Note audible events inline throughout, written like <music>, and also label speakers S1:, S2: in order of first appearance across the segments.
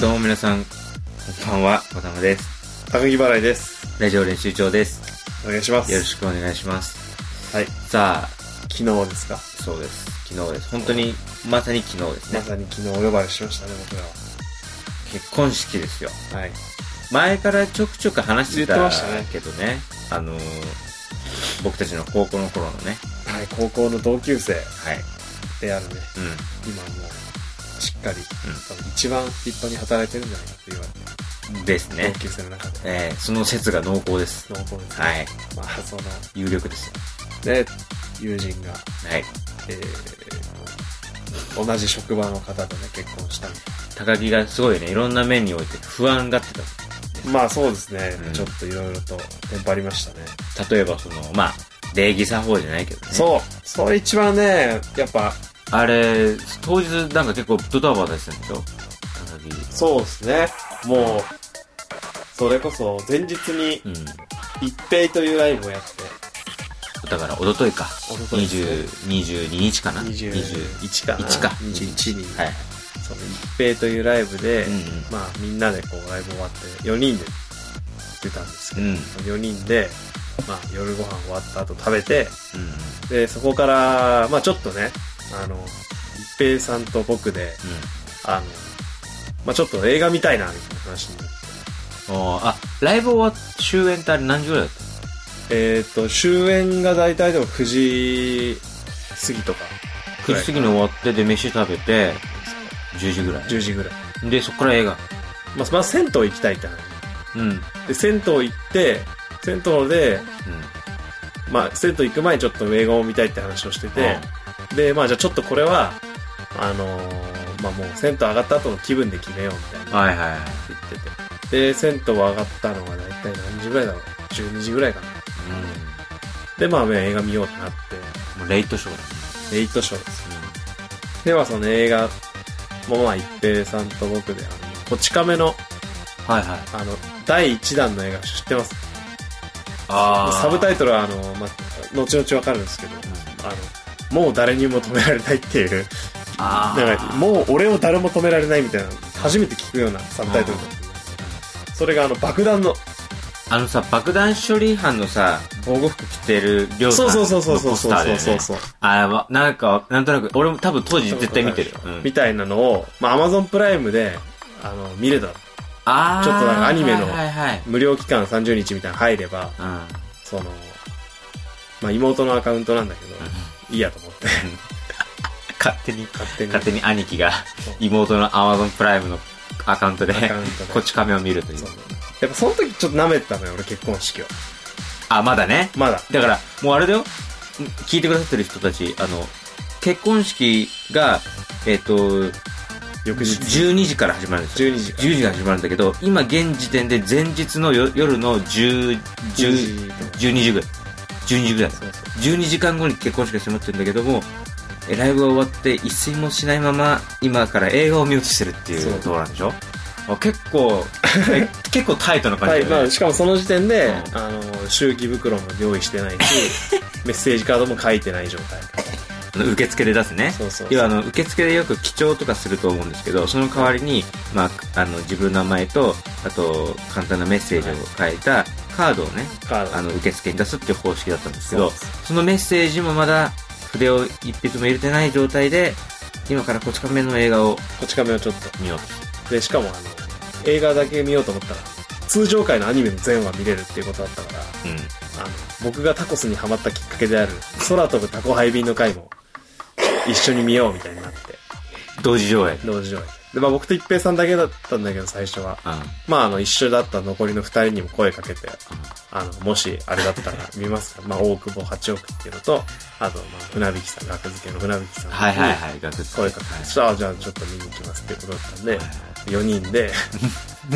S1: どうも皆さん、こんばんは、小玉です。
S2: 高木払いです。
S1: ラジオ練習長です。
S2: お願いします。
S1: よろしくお願いします。
S2: はい。
S1: さあ、
S2: 昨日ですか。
S1: そうです。昨日です。本当に、まさに昨日です
S2: ま
S1: ね。
S2: さに昨日お呼ばれしましたね、僕ら
S1: 結婚式ですよ。
S2: は。はい。
S1: 前からちょくちょく話してた
S2: 言ってましたね
S1: けどね、あのー、僕たちの高校の頃のね、
S2: はい、高校の同級生
S1: はい。
S2: であるね、
S1: うん。
S2: 今もう、しっかり、多分一番立派に働いてるんじゃないかって言わ
S1: です
S2: れて、
S1: ね
S2: 同。級生の中で。
S1: えー、その説が濃厚です。
S2: 濃厚ですね。
S1: はい。
S2: まあ、その、
S1: 有力ですよ。
S2: ね、友人が、
S1: はい。
S2: えー、同じ職場の方とね、結婚したみたい
S1: 高木がすごいね、いろんな面において不安がってた。
S2: なまあ、そうですね。
S1: うん
S2: ちょっといろいろと、テンパりましたね。
S1: 例えばその、まあ、礼儀作法じゃないけどね。
S2: そう。それ一番ね、やっぱ、
S1: あれ、当日なんか結構ドタバタしてるんでしょ高木。
S2: そうですね。もう、それこそ前日に
S1: うん。
S2: 一平というライブをやって、
S1: だから、おとといか。
S2: おとといですね
S1: 20 22日かな
S2: 21かな。
S1: 1か。
S2: 21に、
S1: はい。
S2: その一平というライブで、
S1: うんうん
S2: まあみんなでこうライブ終わって、4人で出たんですけど、
S1: うん
S2: 4人で、まあ夜ご飯終わった後食べて、
S1: うんうん。
S2: で、そこから、まあちょっとね、あの、一平さんと僕で、あの、まあちょっと映画見たいな、みたいな話になって。
S1: うん。おーあ、ライブ終わっ、終演ってあれ何時ぐらいだっ
S2: えーっ、と、終演が大体でも9時過ぎとか、
S1: た ?9 時過ぎに終わって、で、飯食べて、10時ぐら
S2: 10時ぐらい。
S1: い。で、そっから映画。
S2: まあ、まあ、銭湯行きたいって話。
S1: うん。うん。
S2: で、銭湯行って、銭湯で、まあ、銭湯行く前にちょっと映画を見たいって話をしてて、で、まあ、じゃあちょっとこれは、あのーまあもう銭湯上がった後の気分で決めようみたい
S1: うん
S2: な
S1: はいはいはい。
S2: 言ってて。で、銭湯上がったのが大体何時ぐらいだろう ?12 時ぐらいかな。で、まあ、ね、映画見ようってなって、
S1: うん。もうレイトショーだね。
S2: レイトショーです。ではその映画もまあ一平さんと僕であの「こち亀の」
S1: うん。はいはい。
S2: あの第1弾の映画知ってます
S1: あ
S2: サブタ
S1: イ
S2: イトルはあの、まあ、後々わかるんですけどあのもう誰にも止められないっていう
S1: あー
S2: なんかもう俺を誰も止められないみたいな初めて聞くようなサブタイトルだったんですけどそれがあの爆弾の
S1: あのさ、爆弾処理班のさ、防護服着てるりょうさん
S2: そう
S1: の
S2: そうそうそうそう
S1: ポスターだよね
S2: そうそうそう
S1: あーわなんか、なんとなく、俺も多分当時絶対見てる。うん
S2: みたいなのを、まあ、Amazon プライムであの見れた
S1: あー
S2: ちょっとなんかアニメの
S1: はいはいはい。
S2: 無料期間30日みたいなの入れば
S1: うん。うん
S2: その、まあ、妹のアカウントなんだけど、いいやと思って、 <laughs>
S1: 勝手に、
S2: 勝手に。
S1: 勝手に兄貴が
S2: そう
S1: 妹の Amazon プライムのアカウントで
S2: アカウントで、
S1: こち亀を見るという
S2: そ。うやっぱその時ちょっと舐めてたのよ、俺結婚式を。
S1: あ、まだね。
S2: まだ。
S1: だから、もうあれだよ。聞いてくださってる人たち、あの、結婚式が、えっ、と、
S2: 翌日。
S1: 12時から始まるんですよ。
S2: 12時から
S1: 10時から始まるんだけど、今現時点で前日のよ夜の10、10 12時ぐらい。12時ぐらい。
S2: そうそう。
S1: 12時間後に結婚式が迫ってるんだけども、えライブが終わって一睡もしないまま、今から映画を見ようとしてるってい
S2: そう
S1: うところなんでしょあ結
S2: <laughs>
S1: 構、え結構タイトな感
S2: は
S1: じ
S2: い、
S1: だ
S2: ま
S1: よ
S2: あ、
S1: ね。
S2: しかもその時点で、
S1: うん
S2: あの、祝儀袋も用意してない
S1: <laughs>
S2: し、メッセージカードも書いてない状態。
S1: あの受付で出すね。
S2: そうそう
S1: 要はあの受付でよく記帳とかすると思うんですけどその代わりに、まあ、あの自分の名前とあと簡単なメッセージを書いたカードをね
S2: カード。
S1: あの受付に出すっていう方式だったんですけど
S2: そう
S1: そのメッセージもまだ筆を一筆も入れてない状態で今からこち亀の映画を
S2: こち亀をちょっ
S1: 見ようと
S2: と。で、しかもあの、映画だけ見ようと思ったら、通常回のアニメの全話見れるっていうことだったから、
S1: うん
S2: あの、僕がタコスにハマったきっかけである、空飛ぶタコハイ便の回も、一緒に見ようみたいになって。
S1: 同時上映
S2: 同時上映で、まあ僕と一平さんだけだったんだけど、最初は。
S1: うん
S2: まああの、一緒だった残りの二人にも声かけて、あの、もしあれだったら見ますかまあ大久保八億っていうのと、あと、まあ船引さん、学付けの船引さんに
S1: はいはいはい楽譜
S2: 声かけて、さあじゃあちょっと見に行きますっていうことだったんで、
S1: はい
S2: 4人
S1: <laughs>
S2: で、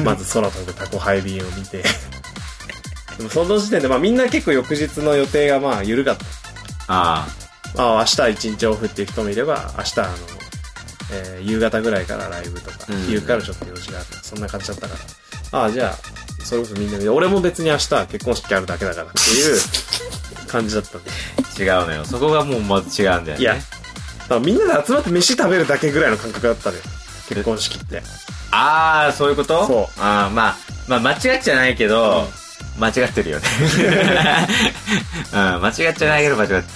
S2: まず空飛ぶタコハイ便を見て、でもその時点で、まあみんな結構翌日の予定がまあ緩かった。
S1: あ
S2: まあ、明日一日オフっていう人もいれば、明日あの、えー夕方ぐらいからライブとか、
S1: うん
S2: 昼からちょっと用事があるとかそんな感じだったから。ああ、じゃあ、それこそみんなで、俺も別に明日は結婚式あるだけだからっていう感じ
S1: <laughs>
S2: だったんで。
S1: あ違うのよそこがもうまず違うんだよね
S2: いや、だからみんなで集まって飯食べるだけぐらいの感覚だったのよ。結婚式って。
S1: ああ、そういうこと
S2: そう
S1: ああ、まあ、まあ、間違っちゃないけど、間違ってる
S2: <laughs>
S1: よね。うん、間違っちゃないけど間違ってるよね。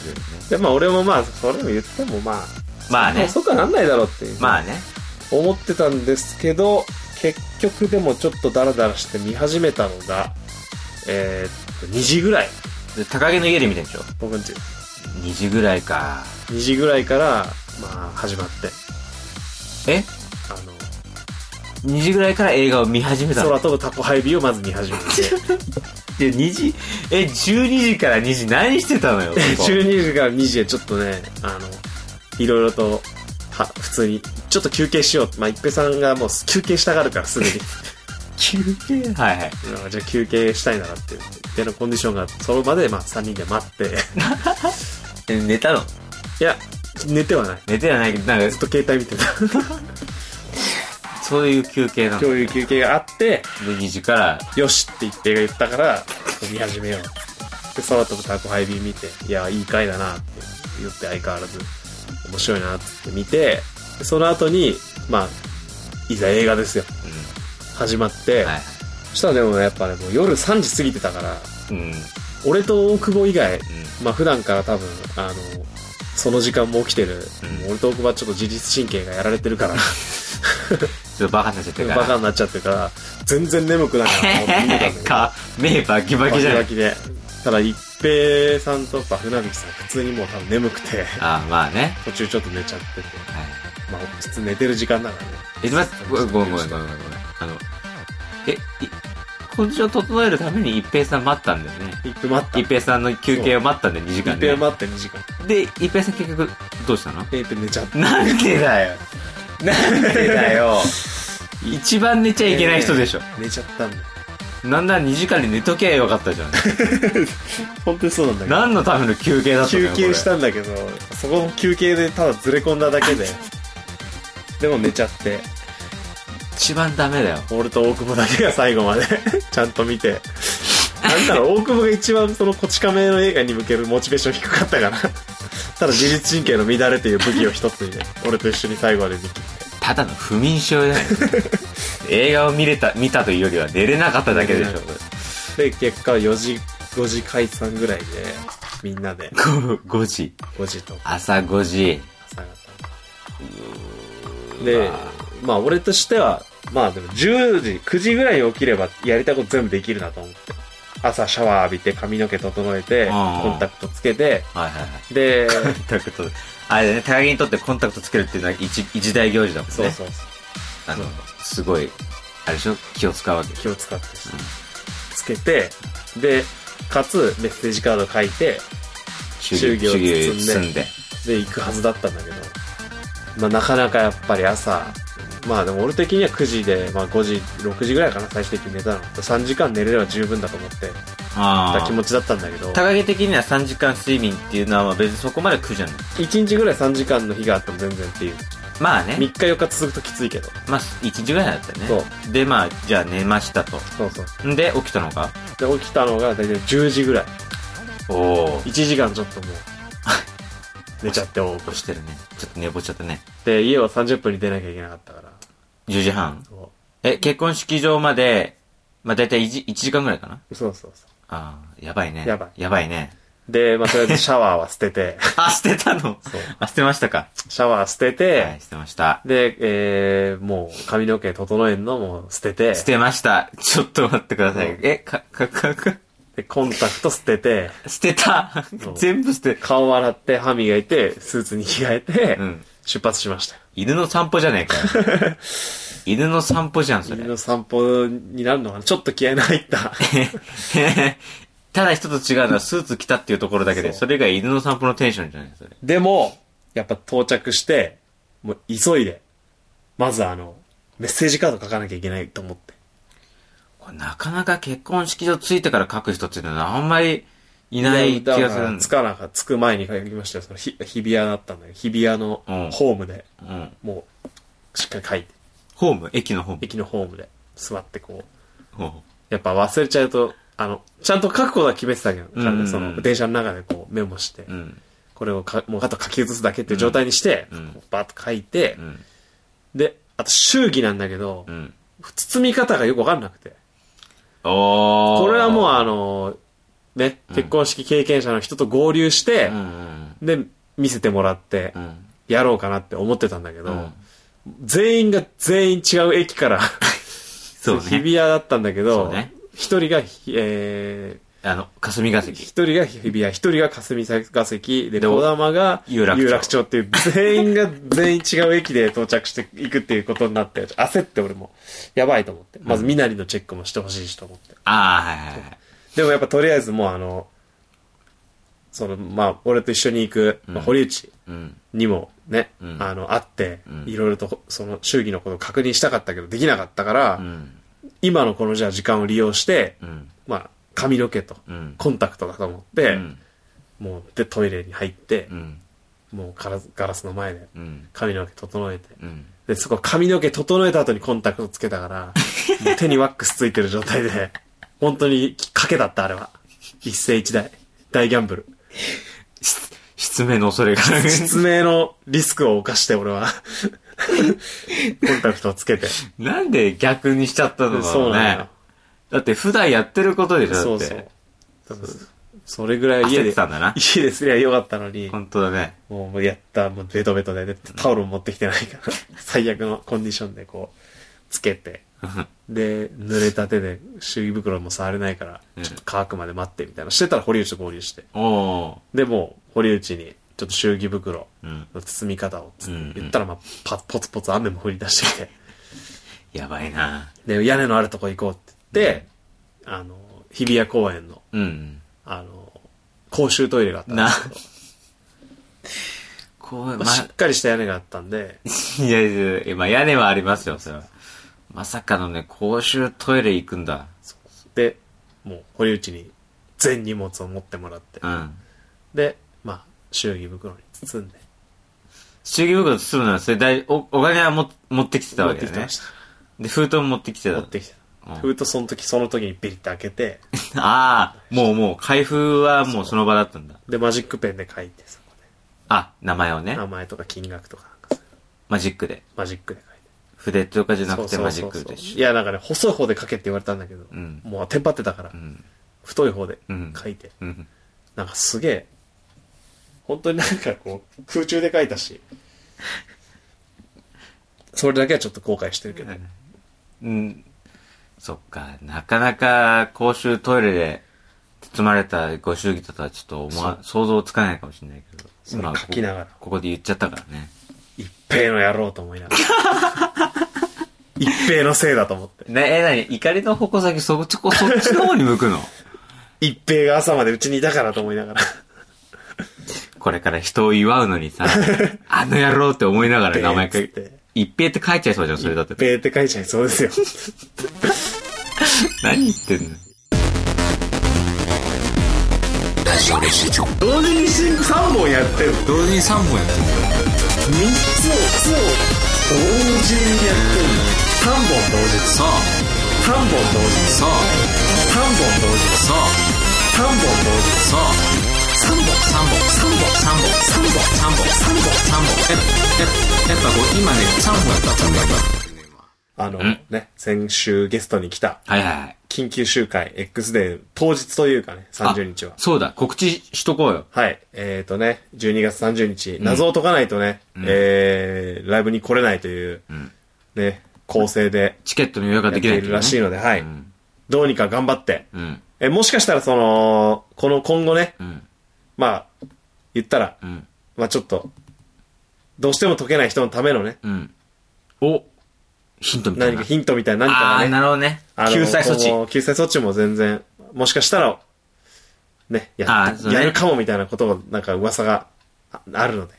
S2: で、まあ俺もまあ、それも言ってもまあ、
S1: まあね。
S2: そうかなんないだろうっていう、
S1: まあね。
S2: 思ってたんですけど、結局でもちょっとダラダラして見始めたのが、えーっと、2時ぐらい、
S1: で高木の家で見てんでしょ
S2: 僕んち。
S1: ?2 時ぐらいか。
S2: 2時ぐらいから、まあ、始まって、
S1: え
S2: あの、
S1: ?2 時ぐらいから映画を見始めたの
S2: 空飛ぶタコハイビーをまず見
S1: <laughs>
S2: 始めて、
S1: で、2時、え、12時から2時何してたのよ、ここ
S2: 12時から2時でちょっとね、あの、いろいろと、は、普通に、ちょっと休憩しよう。まあ、一平さんがもう休憩したがるか
S1: <laughs>
S2: ら、すぐに。
S1: 休憩はいはい。
S2: うんじゃあ休憩したいならっていう、一定のコンディションが、その場で、まあ、3人で
S1: <laughs>
S2: 待って、
S1: え寝たの
S2: いや、寝てはない。
S1: 寝てはないけど、なん
S2: ずっ
S1: か、
S2: と携帯見てた。
S1: そういう休憩なの。で、
S2: <laughs> 共有休憩があって、
S1: 2時から、
S2: よしって一平が言ったから、見始めよう。で、空飛ぶタコハイビー見て、いや、いい回だなって言って相変わらず、面白いなって言って見て、でその後に、まあ、いざ映画ですよ。
S1: う
S2: 始まって、
S1: ん。はいはい。
S2: そしたらでもねやっぱね、もう夜3時過ぎてたから、
S1: うん。うん。
S2: 俺と大久保以外、まあ普段から多分、あの、その時間も起きてる、
S1: うん
S2: もう俺と大久保はちょっと自律神経がやられてる <laughs> から、
S1: ちょっとバカになっちゃってるから。
S2: バカになっちゃってるから、全然眠くない <laughs> から、もう見てたんだけ
S1: <laughs>
S2: ど
S1: か、目バキバキじゃな
S2: バ
S1: い
S2: キバキで。ただ、一平さんとか船引さん、普通にもう多分眠くて、
S1: あ、まあね。
S2: 途中ちょっと寝ちゃってて、
S1: はい。
S2: まあ、普通寝てる時間だからね。
S1: え、待って、ごめんごめんごめんごめん。あの、え、いコンディション整えるために一平さん待ったんだよね。
S2: 一平待った。
S1: 一平さんの休憩を待ったんだよ、2時間
S2: 一
S1: ね。
S2: 平待って2時間。
S1: で、一平さん結局、どうしたの
S2: で一平寝ちゃって。
S1: なんでだよ。なんでだよ。一番寝ちゃいけない人でしょ。
S2: 寝ちゃったんだよ。
S1: なんなら2時間に寝ときゃよかったじゃん。 <laughs>
S2: 本当にそうなんだけど。
S1: 何のための休憩だったのよ
S2: 休憩し
S1: こ
S2: たんだけど、そこも休憩でただずれ込んだだけで、でも寝ちゃって、
S1: れ一番ダメだよ。
S2: 俺と大久保だけが最後まで、 <laughs> ちゃんと見て。なんだろう、大久保が一番そのこち亀の映画に向けるモチベーション低かったからただ自律神経の乱れという武器を一つにね、俺と一緒に最後まで見切って。
S1: ただの不眠症 <laughs> じゃない映画を見れた、見たというよりは寝れなかっただけでしょ。
S2: で、結果4時、5時解散ぐらいで、みんなで
S1: 5, 5時。
S2: 5時と
S1: 朝5時。
S2: 朝方。で、まあ俺としては、まあでも10時、9時ぐらいに起きればやりたいこと全部できるなと思って。朝シャワー浴びて髪の毛整えて、
S1: あー
S2: コンタクトつけて、
S1: はいはいはい。
S2: で、
S1: コンタクト。あれだね、高木にとってコンタクトつけるっていうのは一一大行事だもんね。
S2: <laughs> そうそうそう、
S1: あの、すごい、あれでしょ気を使うわけでしょ
S2: 気を使ってつけて、で、かつメッセージカード書いて、
S1: 修行
S2: 修行を
S1: を
S2: 積
S1: 積
S2: ん
S1: ん
S2: で
S1: で。
S2: で行くはずだったんだけど、まあなかなかやっぱり朝、まあでも俺的には9時で、まあ5時、6時ぐらいかな、最終的に寝たの。3時間寝れれば十分だと思って、
S1: あ
S2: た気持ちだったんだけど。
S1: 高木的には3時間睡眠っていうのはまあ別にそこまで苦じゃない。
S2: 1日ぐらい3時間の日があっても全然っていう
S1: まあ
S2: 3
S1: ね。
S2: 日4日続くときついけど
S1: まあ1時ぐらいだったよね。
S2: そ
S1: でまあ、じゃあ寝ましたと。
S2: そうそ
S1: んで、起きたのか
S2: うで起きたのが大体10時ぐらい
S1: おお。
S2: 1時間ちょっとも <laughs> う寝ちゃって多
S1: 起こ
S2: く
S1: してるね。ちょっと寝坊しちゃったね。
S2: で家を30分に出なきゃいけなかったから
S1: 10時半。
S2: そ
S1: え、結婚式場まで、まあ大体 1, 1時間ぐらいかな
S2: うそうそうそ
S1: ああ、やばいね。
S2: やばい
S1: やばいね。
S2: うで、まあ、とりあえずシャワーは捨て
S1: <laughs>
S2: て
S1: あ、捨てたの
S2: そう
S1: あ、捨てましたか。
S2: シャワー捨てて、
S1: はい、捨てました。
S2: で、えー、もう髪の毛整えんのも捨てて
S1: 捨てました。ちょっと待ってくださ
S2: う
S1: い
S2: ん。
S1: え、か、か、か、か、
S2: でコンタクト捨てて
S1: 捨てた
S2: そう。
S1: 全部捨て、
S2: 顔洗って歯磨いてスーツに着替えて、
S1: うん。
S2: 出発しました
S1: 犬の散歩じゃねえかよ。
S2: <laughs>
S1: 犬の散歩じゃん、そ
S2: 犬
S1: れ。
S2: の散歩になるのはちょっと気合いの入った
S1: <laughs>
S2: <laughs>
S1: ただ一つ違うのはスーツ着たっていうところだけで、
S2: そう
S1: それ以外犬の散歩のテンションじゃない、それ。
S2: でも、やっぱ到着して、もう急いで、まずあの、メッセージカード書かなきゃいけないと思って。
S1: これなかなか結婚式場ついてから書く人っていうのはあんまりいない気
S2: だ
S1: がす
S2: か
S1: る
S2: ら
S1: ん
S2: つ
S1: だ。
S2: かなか、つく前に書きましたよ。そのひ日比谷だったんだけど、日比谷の
S1: うん
S2: ホームで、
S1: うん。
S2: もう、しっかり書いて、
S1: ホーム駅のホーム
S2: 駅のホームで、座ってこう。
S1: ほうほ
S2: やっぱ忘れちゃうと、あの、ちゃんと書くことは決めてたけど、
S1: うんうんうん
S2: その、電車の中でこうメモして、
S1: う。うん。
S2: これをか、もうあと書き写すだけっていう状態にして、
S1: うん
S2: バーッと書いて、
S1: うん。
S2: で、あと祝儀なんだけど、
S1: うん。
S2: 包み方がよくわかんなくて。
S1: おー。
S2: これはもう
S1: う、
S2: あの、ね、結婚式経験者の人と合流して
S1: う、ん
S2: で、見せてもらって
S1: うん。う、ん。
S2: やろうかなって思ってたんだけど、
S1: うん
S2: 全員が全員違う駅から、
S1: <laughs> そう
S2: 日比
S1: ね。
S2: 谷だったんだけ
S1: そ
S2: ど
S1: うね、
S2: 一、人がひ、え
S1: あの、霞が
S2: ー、
S1: 関。
S2: 一人が日比谷、一人が霞が関、で、
S1: で
S2: 小玉が
S1: 有楽町
S2: 町っていう、全員が全員違う駅で到着していくっていうことになって、焦って俺も、やばいと思って。まず、身なりのチェックもしてほしいしと思って。
S1: あー、はいはいはい。
S2: でもやっぱとりあえずもうあの、その、まあ、俺と一緒に行く、まあ、堀内
S1: うん。
S2: にもね、
S1: うん
S2: あの、会って、
S1: うん
S2: いろいろと、その、祝儀のことを確認したかったけど、できなかったから、
S1: うん。
S2: 今のこのじゃあ時間を利用して、
S1: うん。
S2: まあ、髪の毛と、
S1: うん。
S2: コンタクトだと思って、もう、で、トイレに入って
S1: う、ん。
S2: もうガラス、ガラスの前で、
S1: うん。
S2: 髪の毛整えて、
S1: うん。
S2: で、そこ髪の毛整えた後にコンタクトつけ
S1: <laughs>
S2: たから、もう手にワックスついてる状態で、本当に賭けだった、あれは。一世一代。大ギャンブル。
S1: 失明の恐れが
S2: <laughs>
S1: ある。
S2: 失明のリスクを犯して、
S1: <laughs>
S2: 俺は。コンタクトをつけて。
S1: なんで逆にしちゃったのか
S2: そうな
S1: な
S2: のよ。
S1: だって普段やってることでし
S2: そ
S1: ょ
S2: う
S1: だっ
S2: そ
S1: て
S2: う。。多分それぐらい
S1: 焦
S2: 家
S1: っ
S2: で
S1: て、たんだな。
S2: 家ですりゃよかったのに、
S1: 本当だね。 <laughs>
S2: もうやった、もうベトベトで、でタオルも持ってきてないから、 <laughs> 最悪のコンディションでこう、つけて、で、濡れた手で、祝儀袋も触れないから
S1: う、ん
S2: ちょっと乾くまで待ってみたいな。してたら堀内と合流して。
S1: おお
S2: で、もう、堀内に、ちょっと祝儀袋
S1: ー。うん。
S2: の包み方をつ
S1: うんうん
S2: 言ったら、まあ、パポツポツ雨も降り出してき
S1: やばいな。
S2: て、で、屋根のあるとこ行こうって言って、あの、日比谷公園の、
S1: うん。
S2: あの、公衆トイレがあったんですけど、
S1: こう、
S2: ま
S1: ま
S2: あ、しっ、かりした屋根があったんで、
S1: いやいや、まあ屋根はありますよ、それは。まさかのね、公衆トイレ行くんだ。
S2: で、もう、堀内に全荷物を持ってもらって
S1: う、ん。
S2: で、まあ、祝儀袋に包んで、
S1: 祝儀袋包むのは、それ大、お、お金はも、持ってきてた
S2: 持
S1: わ
S2: っ
S1: けだ
S2: てきて
S1: ね
S2: まし。た。
S1: で、封筒も持ってきてた。
S2: 持ってきて
S1: うん
S2: た。封筒その時、その時にビリッて開けて、
S1: ああ、もうもう、開封はもうその場だったんだ。
S2: で、マジックペンで書いて、そこ
S1: あ、名前を
S2: で、
S1: ね、
S2: 名前とか金額とかなんかさ
S1: マジックで。
S2: マジックで書いて。
S1: 筆とかじゃなくて
S2: そう
S1: マ
S2: そ
S1: ジッ
S2: うそう
S1: ク
S2: そう
S1: でし
S2: いや、なんかね、細い方で書けって言われたんだけど、
S1: うん
S2: もうテンパってたから、
S1: ょ。うん。
S2: 太い方で
S1: うん
S2: 書いて、
S1: うん。
S2: なんかすげえ、本当になんかこう、空中で書いたし、それだけはちょっと後悔してるけど、
S1: うん。そっか、なかなか公衆トイレで包まれたご祝儀とかはちょっと思わ、想像つかないかもしれないけど。
S2: それ書きながら
S1: こここで言っちゃったからね。
S2: 一平の野郎と思いながら。 <laughs> 一平のせいだと思って。
S1: ね、え、なに怒りの矛先そっち、こそっちの方に向くの
S2: 一平が朝までうちにいたからと思いながら。
S1: <laughs> これから人を祝うのに <laughs> さ、あの野郎って思いながら名前書い
S2: 一平っつって
S1: 一平って書いちゃいそうじゃん、それだっ
S2: 一
S1: て。
S2: 平って書いちゃいそうですよ。
S1: 何言ってんの
S2: 同時にシンク3本やってる。
S1: 同時に3本やってる。
S2: 3つを、同時にやってる。3本同時。
S1: そう、
S2: 3本同時。
S1: そう、
S2: 3本同時。
S1: そう、
S2: 3本同時。
S1: そう。3本、3本、3本、3本、3本、3本、3本、3本、3本。やっぱこう、今ね、3本やった、3本やっ
S2: あの、ね、先週ゲストに来た、
S1: た。はいはいはい。
S2: 緊急集会 X デー当日というかね、30日は
S1: あ。そうだ、告知しとこうよ。
S2: はい。えっ、とね、12月30日、謎を解かないとね、えー、ライブに来れないという、ね、構成で
S1: チケットの予約が
S2: や
S1: で
S2: っ
S1: きな
S2: て
S1: い
S2: い
S1: って
S2: る
S1: うね
S2: らしいので、はい、
S1: ん
S2: どうにか頑張って、
S1: うん。
S2: え、もしかしたらその、この今後ね、
S1: ん
S2: まあ、言ったら、
S1: うん。
S2: まあちょっと、どうしても解けない人のためのね、
S1: うん。おヒントみたい
S2: 何
S1: な。
S2: かヒントみたいな何
S1: あ
S2: か
S1: あー、な
S2: がね、
S1: るほどね。
S2: あの
S1: 救済措置。
S2: 今後救済措置も全然、もしかしたら、ね、や
S1: あー
S2: っ
S1: そうね
S2: やるかもみたいなことを、なんか噂がああるので、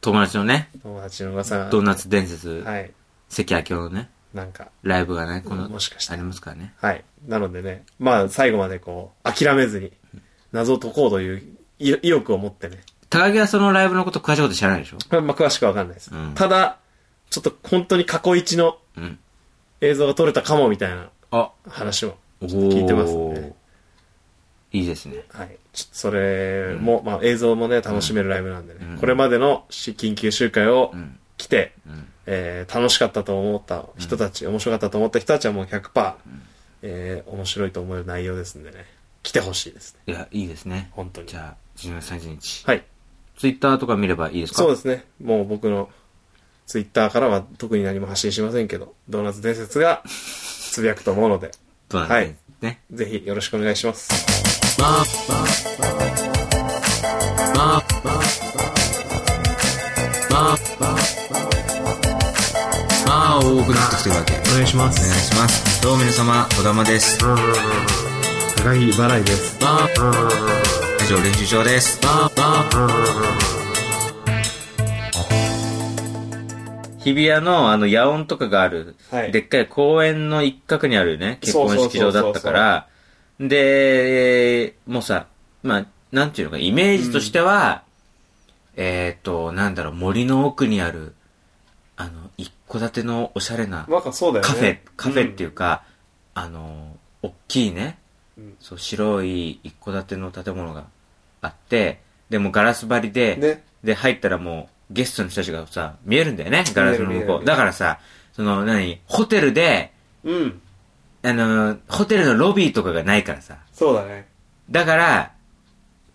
S1: 友達のね、
S2: 友達の噂が。
S1: ドーナツ伝説、
S2: はい。
S1: 関明夫のね、
S2: なんか、
S1: ライブがね、この、
S2: もしかした
S1: ありますからね。
S2: はい。なのでね、まあ、最後までこう、諦めずに、謎を解こうという意意欲を持ってね。
S1: 高木はそのライブのこと詳しいこと知らないでしょ
S2: まあ、詳しくはわかんないです。
S1: うん
S2: ただ、ちょっと本当に過去一の
S1: うん。
S2: 映像が撮れたかもみたいな
S1: あ、
S2: 話を
S1: お
S2: 聞いてますんで、
S1: ーいいですね。
S2: はい。ちょっとそれも、まあ、映像もね、楽しめるライブなんでね。これまでのし緊急集会を
S1: うん。
S2: 来て、
S1: うん。
S2: えー楽しかったと思った人たち、面白かったと思った人たちはもう100%、えー面白いと思える内容ですんでね。来てほしいですね。
S1: いや、いいですね。
S2: 本当に
S1: じゃあ、10月30日。
S2: はい。
S1: ツイッターとか見ればいいですか
S2: そう
S1: う
S2: ですね。もう僕のツイッターからは特に何も発信しませんけど、ドーナツ伝説がつぶやくと思うので、
S1: どうなんですかね。
S2: ぜひよろしくお願いします。
S3: まあ多くなってきてるわけお
S4: お願いします。
S3: 願いしますどうも皆様小玉です
S4: 高木払いです。
S3: 以上練習場です
S1: 日比谷のあの、野音とかがある、
S2: はい
S1: でっかい公園の一角にあるね、結婚式場だったから、で、もうさ、まあ、なんていうのか、イメージとしては、えっ、と、なんだろう、森の奥にある、あの、一戸建てのおしゃれな
S2: なんかそうだよね。
S1: カフェ、カフェっていうか、あの、大きいね、
S2: うん
S1: そう、白い一戸建ての建物があって、でもうガラス張りで、
S2: ね。
S1: で、入ったらもう、ゲストの人たちがさ、見えるんだよね、ガラスの
S2: 見
S1: 向
S2: える見え
S1: こ
S2: る
S1: う。だからさ、その、何、ホテルで、
S2: うん。
S1: あのー、ホテルのロビーとかがないからさ。
S2: そうだね。
S1: だから、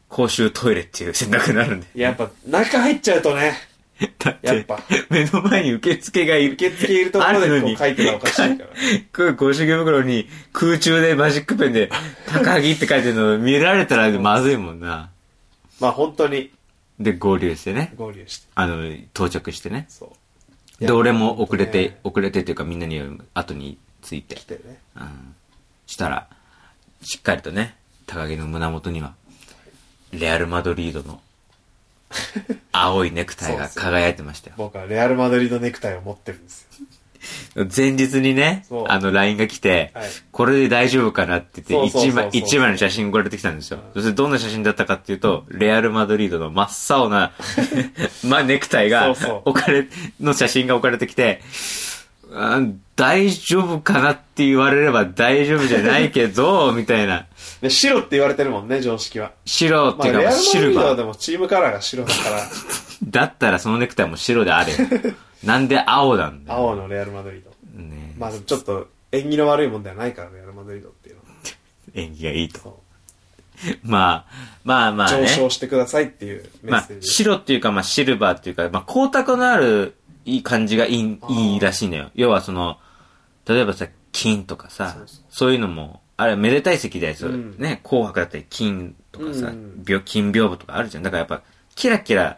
S1: 公衆トイレっていう選択になるんだよ。
S2: やっぱ、中入っちゃうとね、
S1: <laughs> だって、
S2: やっぱ
S1: 目の前に受付がいる。
S2: 受付いるところ
S1: あ
S2: で
S1: る
S2: こ
S1: の
S2: う
S1: に
S2: 書いてたらおかしい
S1: <laughs>
S2: から。
S1: く公衆池袋に空中でマジックペンで、高木って書いてるの見られたらまずいもんな。
S2: まあ本当に
S1: で、合流してね。
S2: 合流して。
S1: あの、到着してね。
S2: そう。
S1: で、俺も遅れて、
S2: ね
S1: 遅れてっていうかみんなに後について。
S2: 来てね。
S1: うん。したら、しっかりとね、高木の胸元には、レアル・マドリードの青いネクタイが輝いてましたよ。
S2: 僕はレアル・マドリードネクタイを持ってるんですよ。
S1: 前日にね
S2: そう、
S1: あの LINE が来て、
S2: はい
S1: これで大丈夫かなって言って、
S2: そうそ
S1: 一
S2: うそうそう
S1: 枚、一枚の写真送られてきたんですよ。そしてどんな写真だったかっていうと、レアル・マドリードの真っ青
S2: <laughs>
S1: な、ま、ネクタイが
S2: そうそう、
S1: 置かれ、の写真が置かれてきて、うん大丈夫かなって言われれば大丈夫じゃないけ
S2: <laughs>
S1: ど、みたいな。
S2: で、白って言われてるもんね、常識は。
S1: 白っ
S2: ま
S1: て
S2: あ
S1: い
S2: レ
S1: うか、
S2: アル・マ
S1: シ
S2: ドリ
S1: ル
S2: ードは
S1: バ
S2: で
S1: ー。
S2: もチームカラーが白だから、
S1: だったらそのネクタイも白であ
S2: <laughs>
S1: れよ。なんで青なんだよ。
S2: 青のレアル・マドリード。
S1: ね
S2: まあでもちょっと縁起の悪いもんではないから、レアル・マドリードっていうのは。
S1: 演技がいいと。 <laughs>
S2: そ
S1: まあ、まあまあ
S2: う。上昇
S1: ね。
S2: してくださいっていうメ
S1: ま
S2: ッ
S1: あ
S2: セー、ジ。
S1: 白っていうか、まあ、シルバーっていうか、まあ、光沢のあるいい感じがいい、いいらしいのよ。要はその、例えばさ、金とかさ、そういうのも、あれ、めでたい席だよ、それ
S2: うん
S1: ね、紅白だったり、金とかさ、
S2: うん
S1: 病金屏風とかあるじゃん。だからやっぱ、キラキラ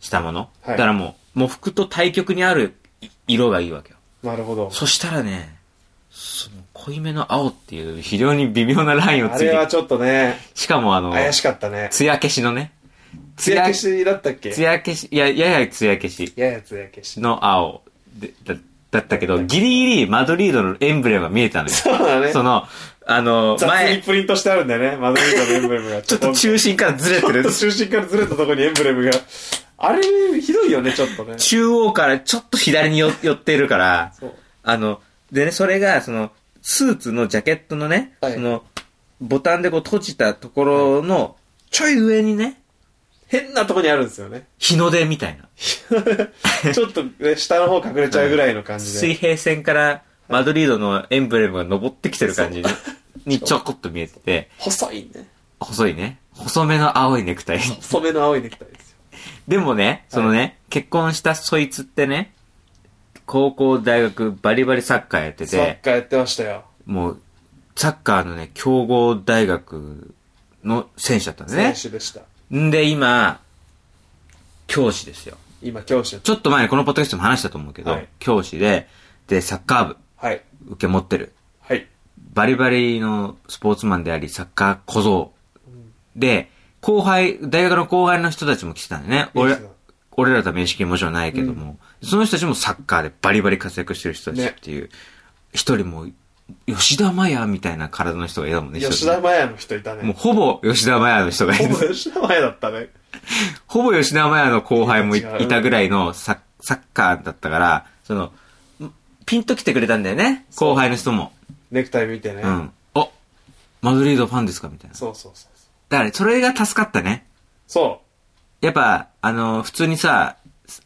S1: したもの。
S2: い
S1: だからもう、喪服と対極にあるい色がいいわけよ。
S2: なるほど。
S1: そしたらね、その濃いめの青っていう非常に微妙なラインを
S2: あ
S1: つい
S2: れは
S1: て、
S2: ちょっとね、
S1: しかもあの、
S2: 怪しかったね。
S1: つや消しのね、
S2: つや消しだったっけ
S1: つや消し、いや、ややつや消し
S2: ややつや消し。
S1: の青でだだったけど、ギリギリマドリードのエンブレムが見えたのよ。
S2: そうだね。
S1: その、あの、
S2: 雑に
S1: 前、
S2: プリントしてあるんだよね、マドリードのエンブレムが。
S1: ちょっと中心からずれてる
S2: <laughs> ちょっと。中心からずれたとこにエンブレムが。あれ、ひどいよね、ちょっとね。
S1: 中央からちょっと左によ寄ってるから、
S2: そう。
S1: あの、でね、それが、その、スーツのジャケットのね、
S2: はい
S1: その、ボタンでこう閉じたところの、ちょい上にね、
S2: 変なとこにあるんですよね。 <laughs>
S1: 日の出みたいな。
S2: ちょっと、ね、下の方隠れちゃうぐらいの感じ
S1: 水
S2: で。
S1: 平線からマドリードのエンブレムが登ってきてる感じににちょこっと見えてて、
S2: 細いね。
S1: 細いね。細めの青いネクタイ。
S2: 細めの青いネクタイですよ。
S1: でもね、そのね、結婚したそいつってね、高校、大学、バリバリサッカーやって
S2: サッ
S1: て、
S2: カーやってましたよ。
S1: もう、サッカーのね、強豪大学の選手だったんだ
S2: 選
S1: ね。
S2: 手でした。
S1: んで、今、教師ですよ。
S2: 今、教師やっ
S1: ちょっと前にこのポッドキャストでも話したと思うけど、
S2: はい
S1: 教師で、で、サッカー部、
S2: はい。
S1: 受け持ってる。
S2: はい。
S1: バリバリのスポーツマンであり、サッカー小僧。で、後輩、大学の後輩の人たちも来てたんだよね。
S2: 見
S1: 俺
S2: てた、
S1: 俺らとは面識もちろんないけども、その人たちもサッカーでバリバリ活躍してる人たちっていう、一、人もう、吉田麻也みたいな体の人がいたもんね、一人
S2: 吉田麻也の人いた
S1: もう
S2: ね。
S1: ほぼ吉田麻也の人がい
S2: <laughs> ほ
S1: る
S2: ぼ。 <laughs> 吉田麻也だったね。
S1: ほぼ吉田麻也の後輩もい
S2: いや違う
S1: いたぐらいのサッサッカーだったから、その、んピンと来てくれたんだよね、後輩の人も。
S2: ネクタイ見てね。
S1: うん。おマドリードファンですかみたいな。
S2: そうそうそうそう。
S1: だから、それが助かったね。
S2: そ
S1: やっぱ、あの、普通にさ、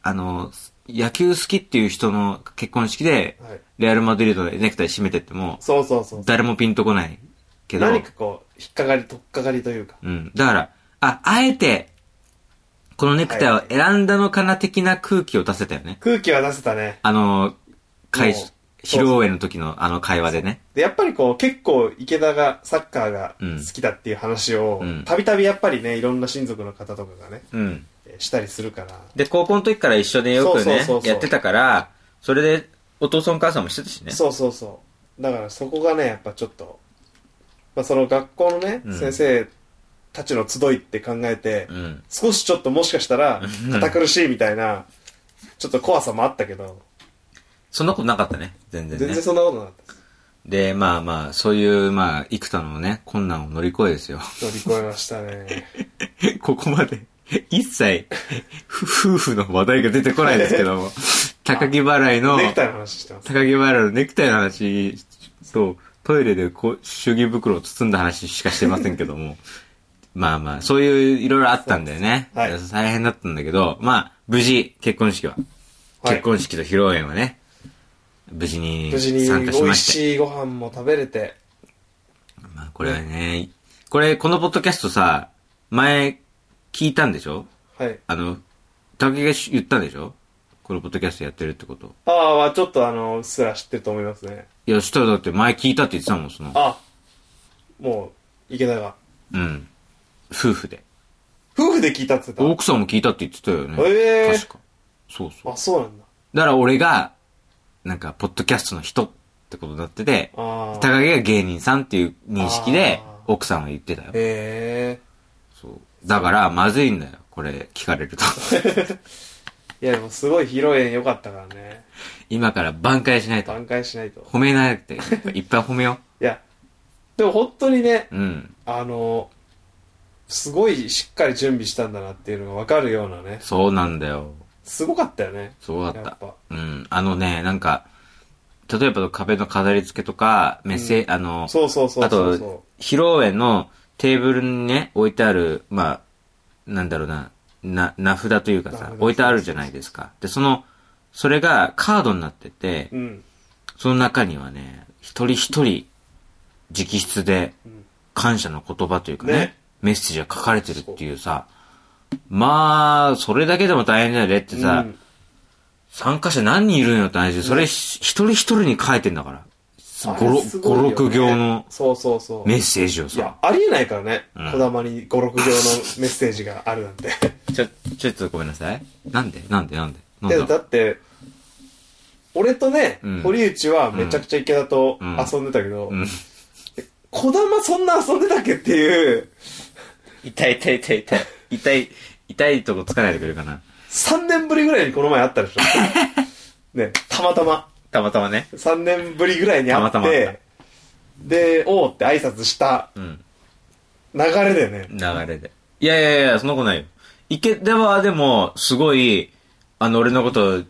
S1: あの、野球好きっていう人の結婚式で、
S2: はい
S1: レアル・マドリードでネクタイ締めてっても、
S2: そうそうそう
S1: 誰もピンとこないけど、
S2: 何かこう引っかかりとっかかりというか
S1: うん。だから、あ、あえて、このネクタイを選んだのかな的な空気を出せたよね。
S2: 空気は出せたね
S1: あの、会
S2: もう、
S1: 披露宴の時のあの会話でね。
S2: でやっぱりこう結構池田がサッカーが
S1: うん
S2: 好きだっていう話を
S1: うん
S2: たびたびやっぱりねいろんな親族の方とかがね
S1: うん。
S2: えーしたりするから
S1: で、高校の時から一緒でよくね
S2: そうそうそう、そう
S1: やってたから、それで、お父さんお母さんもしてたしね。
S2: そうそうそうだからそこがねやっぱちょっと、まあ、その学校のね、
S1: うん
S2: 先生たちの集いって考えて、
S1: うん。
S2: 少しちょっともしかしたら
S1: うん
S2: 堅苦しいみたいなちょっと怖さもあったけど
S1: そんなことなかったね。全然ね。
S2: 全然そんなことなかったで
S1: で、まあまあ、そういう、まあ、幾多のね、困難を乗り越えですよ。 <laughs>
S2: す乗り越えましたね
S1: ここまで、一切、ふ夫婦の話題が出てこないですけ
S2: <laughs>
S1: ども、高木払いの、
S2: ネクタイの話してます
S1: 高木払いのネクタイの話と、トイレでこう祝儀袋を包んだ話しかしてませんけども、まあまあ、そういういろいろあったんだよね。
S2: そうです
S1: 大変だったんだけど、まあ、無事、結婚式は、
S2: はい
S1: 結婚式と披露宴はね、無事に
S2: 無事に
S1: 参加し
S2: 美
S1: ま
S2: 味
S1: して。
S2: しいご飯も食べれて
S1: まあ、これはね、これ、このポッドキャストさ、前、聞いたんでしょ
S2: はい
S1: あの、高木が言ったんでしょこのポッドキャストやってるってこと。
S2: ああはちょっとあのうっすら知ってると思いますね
S1: いや、したらだって前聞いたって言ってたもん、その。
S2: あもう池田が
S1: うん。夫婦で。
S2: 夫婦で聞いたって言って
S1: 奥さんも聞いたって言ってたよね。
S2: えー
S1: 確か。そうそ
S2: た
S1: う。
S2: あそうなんだ
S1: だから俺が、なんか、ポッドキャストの人ってことになってて、
S2: ああ
S1: 高木が芸人さんっていう認識で
S2: あ、
S1: 奥さんは言ってたよ。
S2: へえ
S1: そう。だから、まずいんだよ、これ、聞かれ
S2: <laughs>
S1: ると。
S2: いやでもすごい披露宴良かったからね
S1: 今から挽回しないと。
S2: 挽回しないと
S1: 褒めないって、いっぱい褒めよ
S2: いやでも本当にね
S1: う。うん。
S2: あのすごいしっかり準備したんだなっていうのが分かるようなね
S1: そうなんだよ。
S2: すごかったよね
S1: そうだ
S2: や
S1: っ
S2: っぱ
S1: た。うん。あのね、なんか、例えば壁の飾り付けとか、メッセ、あの、
S2: そうそうそう
S1: あ
S2: そ
S1: と
S2: うそ、
S1: 披露宴のテーブルにね、置いてある、まあ、なんだろうな、な、名札というか
S2: 名
S1: さ
S2: 札、
S1: 置いてあるじゃないですか。で、その、それがカードになってて
S2: う、うん
S1: その中にはね、一人一人、直筆で
S2: ん、
S1: 感謝の言葉というかね
S2: ね
S1: メッセージが書かれてるっていうさ、まあ、それだけでも大変だよねってさ、
S2: うん
S1: 参加者何人いるのよって話で、それひ一人一人に書いてんだから。
S2: あれす
S1: 5、
S2: ごいよね
S1: 6行の
S2: そうそうそう
S1: メッセージを
S2: いや
S1: さ。
S2: ありえないからね
S1: うん
S2: こだまに56行の
S1: <laughs>
S2: メッセージがあるなんて
S1: ちょ、ちょっとごめんなさい。なんでなんでなんでなん
S2: でだ
S1: だ
S2: って俺とね、
S1: うん
S2: 堀内はめちゃくちゃ池田と
S1: うん
S2: 遊んでたけど、
S1: ん
S2: こだまそんな遊んでたっけっていう
S1: 痛い痛い痛い痛い。痛い、痛いとこつかないでくれるかな。
S2: 3年ぶりぐらいにこの前会ったでしょ
S1: <laughs>
S2: ねたまたま
S1: たまたまね。
S2: 3年ぶりぐらいに会っ
S1: たま
S2: て
S1: たま会っ
S2: で「おう」って挨拶した
S1: うん。
S2: 流れでね
S1: 流れで。いやいやいや、そんなことないよ。池田はでも、すごい、あの、俺のこと、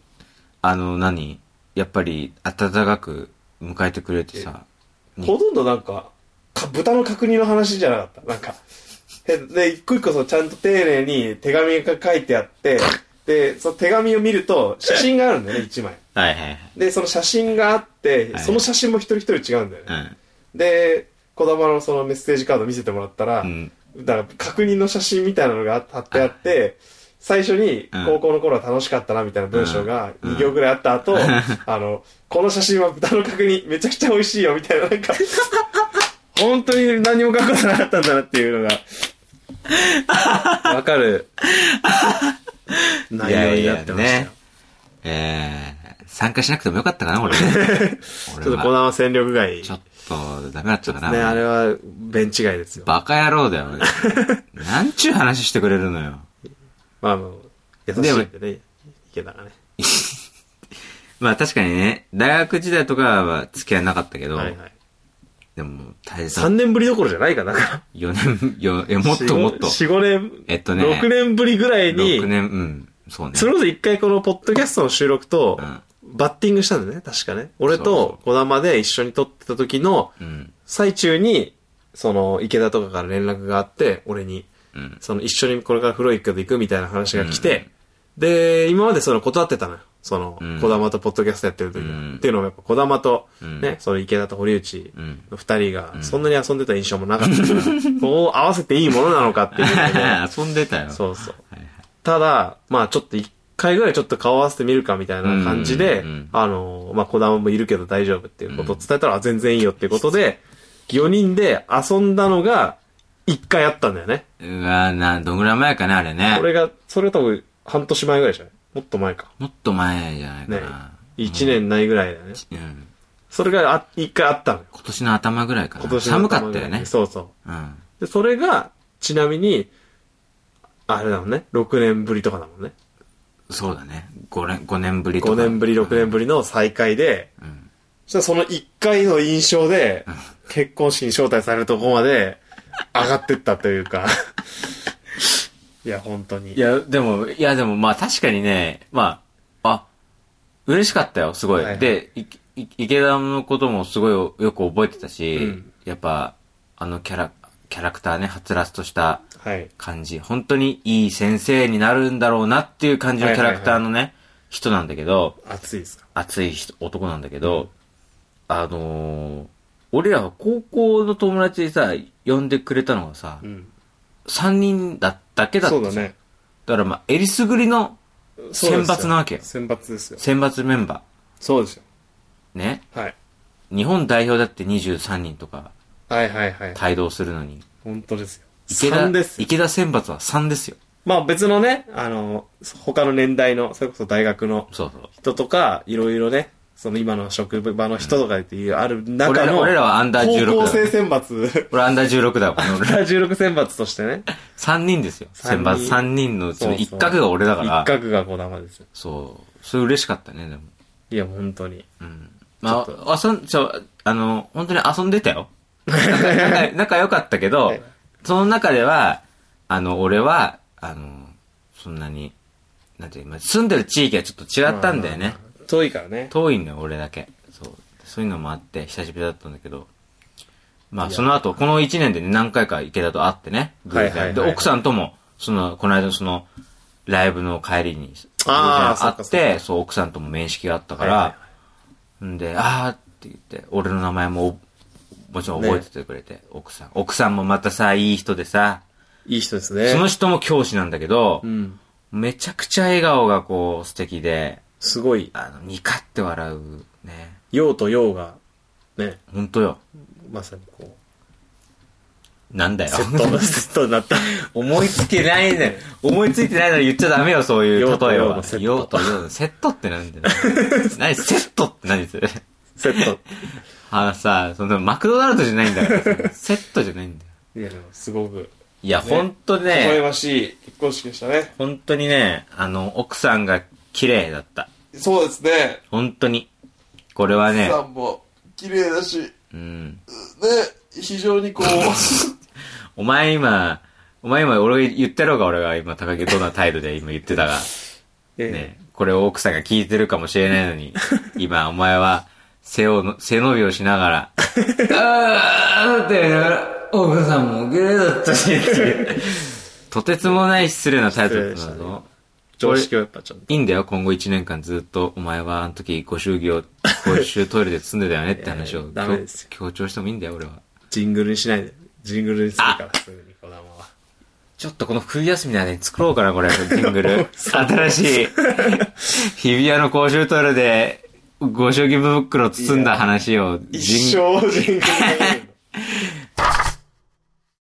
S1: あの、何やっぱり、温かく迎えてくれてさ。
S2: ほとんどなんかか豚の角煮の話じゃなかったなんかえで一個一個そうちゃんと丁寧に手紙が書いてあってでその手紙を見ると写真があるんだよね1枚
S1: はいはいはい。
S2: でその写真があって、
S1: はい
S2: その写真も一人一人違うんだよね、で児玉のそのメッセージカード見せてもらったら、
S1: うん。
S2: だから確認の写真みたいなのが貼ってあって、最初に
S1: うん
S2: 高校の頃は楽しかったなみたいな文章が2行ぐらいあった
S1: <laughs>
S2: 後、あの、この写真は豚の角煮めちゃくちゃ美味しいよみたいななんか、本当に何も書くことなかったんだなっていうのが、わかる内容になってましたよ。
S1: いやいやねえー、参加しなくてもよかったか <laughs> な、俺。
S2: ちょっと
S1: 俺
S2: こ
S1: は
S2: だま戦力外。
S1: ちょ
S2: ね、
S1: っと、ダメだったかな。
S2: あれはベンチ外ですよ。
S1: バカ野郎だ <laughs> よ、俺なんちゅう話してくれるのよ。
S2: まあ、もう優しいんでね、池田がね。
S1: まあ確かにね、大学時代とかは付き合いなかったけど、
S2: はいはい。
S1: でも、大変
S2: 3
S1: さ、
S2: 年ぶりどころじゃないかな。
S1: 4年、よ、え、もっともっと。
S2: 4、5年、
S1: えっとね
S2: 6年ぶりぐらいに
S1: 6、年、うん、そうね。
S2: それこそ一回このポッドキャストの収録と
S1: う、ん、
S2: バッティングしたんだよね、確かね。俺
S1: そう
S2: と小玉で一緒に撮ってた時の
S1: うん、
S2: 最中に、その池田とかから連絡があって、俺に、
S1: うん。
S2: その一緒にこれから風呂行くけど行くみたいな話が来て、で、今までその断ってたのよ。その、
S1: うん
S2: 小玉とポッドキャストやってる時は、
S1: うん
S2: っていうのもやっぱ小玉と、
S1: ん
S2: ね、その池田と堀内
S1: ん
S2: の二人が、そんなに遊んでた印象もなかっ
S1: <laughs>
S2: たから、こう合わせていいものなのかっていうので、
S1: 遊んでたよ。
S2: そうそう
S1: はいはい。
S2: ただ、まあちょっと一回ぐらいちょっと顔合わせてみるかみたいな感じで
S1: うんうんうん、
S2: あの、まあ小玉もいるけど大丈夫っていうことを伝えたら、あ全然いいよっていうことで、4人で遊んだのが1回あったんだよね。
S1: うわな、どんぐらい前かな、あれね
S2: こ。れが、それ多分半年前ぐらいじゃないもっと前か。
S1: もっと前じゃない
S2: ね
S1: かな。。
S2: 1年ないぐらいだよね。
S1: うん。
S2: それがあ1回あったのよ。
S1: 今年の頭ぐらいか
S2: 今
S1: な。
S2: 年の
S1: 寒かったよね。
S2: そうそう。
S1: うん。
S2: で、それが、ちなみに、あれだもんね。6年ぶりとかだもんね。
S1: そうだね。5年、五年ぶりとか。
S2: 5年ぶり、6年ぶりの再会で、そしたらその1回の印象で、結婚式に招待されるとこまで上がってったというか、 <laughs> いや、本当に。
S1: いや、でも、いや、でも、まあ、確かにね、まあ、あ、嬉しかったよ、すごい。
S2: はいはい
S1: で、いい池田のこともすごいよく覚えてたし、
S2: うん
S1: やっぱ、あのキャラ、キャラクターね、はつらつとした
S2: はい。
S1: 感じ、本当にいい先生になるんだろうなっていう感じのキャラクターのね、人なんだけど、
S2: 熱いですか
S1: 熱い人男なんだけど、あのー俺らは高校の友達でさ、呼んでくれたのがさ、
S2: うん。
S1: 3人だだけだった
S2: そ
S1: じ
S2: う
S1: ゃ
S2: だ
S1: ん
S2: ね。
S1: だからまあ、えりすぐりの
S2: そうですよ
S1: 選抜なわけよ
S2: 選抜ですよ。
S1: 選抜メンバ
S2: そうですよ。
S1: ー、ね。
S2: はい。
S1: 日本代表だって23人とか
S2: はいはいはい。
S1: 帯同するのに、
S2: 本当ですよ。
S1: 池田
S2: 3です、よ。
S1: 池田選抜は3ですよ。
S2: まあ別のね、あの、他の年代の、それこそ大学の
S1: そうそう。
S2: 人とか、いろいろね、その今の職場の人とかっていう、ある
S1: 俺
S2: 中
S1: ら
S2: の、
S1: 俺らはアンダー16だ
S2: 高校生選抜、
S1: 俺アンダー16だから、俺
S2: <laughs> アンダー16選抜としてね、
S1: 3人ですよ。選
S2: 三人
S1: 抜3人のうちの
S2: そうそ
S1: 1
S2: う
S1: 角が俺だから。
S2: 一角が小玉ですよ。
S1: そう。それ嬉しかったね、でも。
S2: いや、本当に。
S1: うん。まあ、遊ん、ちょ、あの、本当に遊んでたよ。仲仲仲良かったけど
S2: はい、
S1: その中では、あの、俺は、あの、そんなに、なんていうの、住んでる地域はちょっと違ったんだよね。
S2: 遠いからね。
S1: 遠いんだよ、俺だけ。そう。そういうのもあって、久しぶりだったんだけど。まあ、その後、この1年でね、何回か池田と会ってね、偶
S2: はいはいは
S1: 然。
S2: い
S1: で、
S2: はい
S1: 奥さんとも、その、この間のその、ライブの帰りに、偶然
S2: あー
S1: 会っ、
S2: そっかそってか
S1: そう、奥さんとも面識があったか
S2: はい
S1: ら、んで、あーって言って、俺の名前も、もちろん覚えててくれて、奥さん。奥さんもまたさ、いい人でさ、
S2: いい人ですね。
S1: その人も教師なんだけど
S2: う、ん。
S1: めちゃくちゃ笑顔がこう、素敵で、
S2: すごい、
S1: あの、ニカって笑う、ね。
S2: 用と用が、ね、
S1: ほんとよ。
S2: まさにこ
S1: なんだよ
S2: う、セ。ット、セットになった。
S1: 思いつけないね。思いついてないなら言っちゃダメよ、そういう例
S2: 用
S1: え
S2: と
S1: は。
S2: 用のセット
S1: 用と用のセットってなんだよ。 <laughs> 何セットって何それ。
S2: セット。
S1: あのさ、そのマクドナルドじゃないんだから。セットじゃないんだよ。
S2: いや、でもすごく、
S1: いや、ほんと
S2: 微笑
S1: ね、
S2: ましい結婚式でしたね。
S1: ほんとにね、あの、奥さんが綺麗だった。
S2: そうですね。
S1: ほんとに。これはね、
S5: さんも綺麗だし、ね、
S1: うん。
S5: 非常にこう、
S1: お前今、お前今俺言ってろうが俺が今高木どんな態度で今言ってたが。ね、これを奥さんが聞いてるかもしれないの
S2: <laughs>
S1: に、今お前は背をの、背伸びをしながら、 <laughs> あーって言いながら、奥さんも綺麗だったし、
S2: <laughs>
S1: とてつもない失礼な態度だった
S2: 失礼でした
S1: ぞ。
S2: 常識をやっぱちょっと。
S1: いいんだよ、今後1年間ずっと、お前はあの時ご祝儀を、ご祝トイレで積んでたよねって話
S2: <laughs> いや
S1: を
S2: いやダメですよ
S1: 強強調してもいいんだよ、俺は。
S2: ジングルにしないで。ジングルにするから、すぐに小玉は。
S1: ちょっとこの冬休みの間に作ろうかな、これ、ジングル。新しい。日比谷の公衆トイレで、ご祝儀袋包んだ話を、
S2: 一
S1: ン
S2: 生ジングルに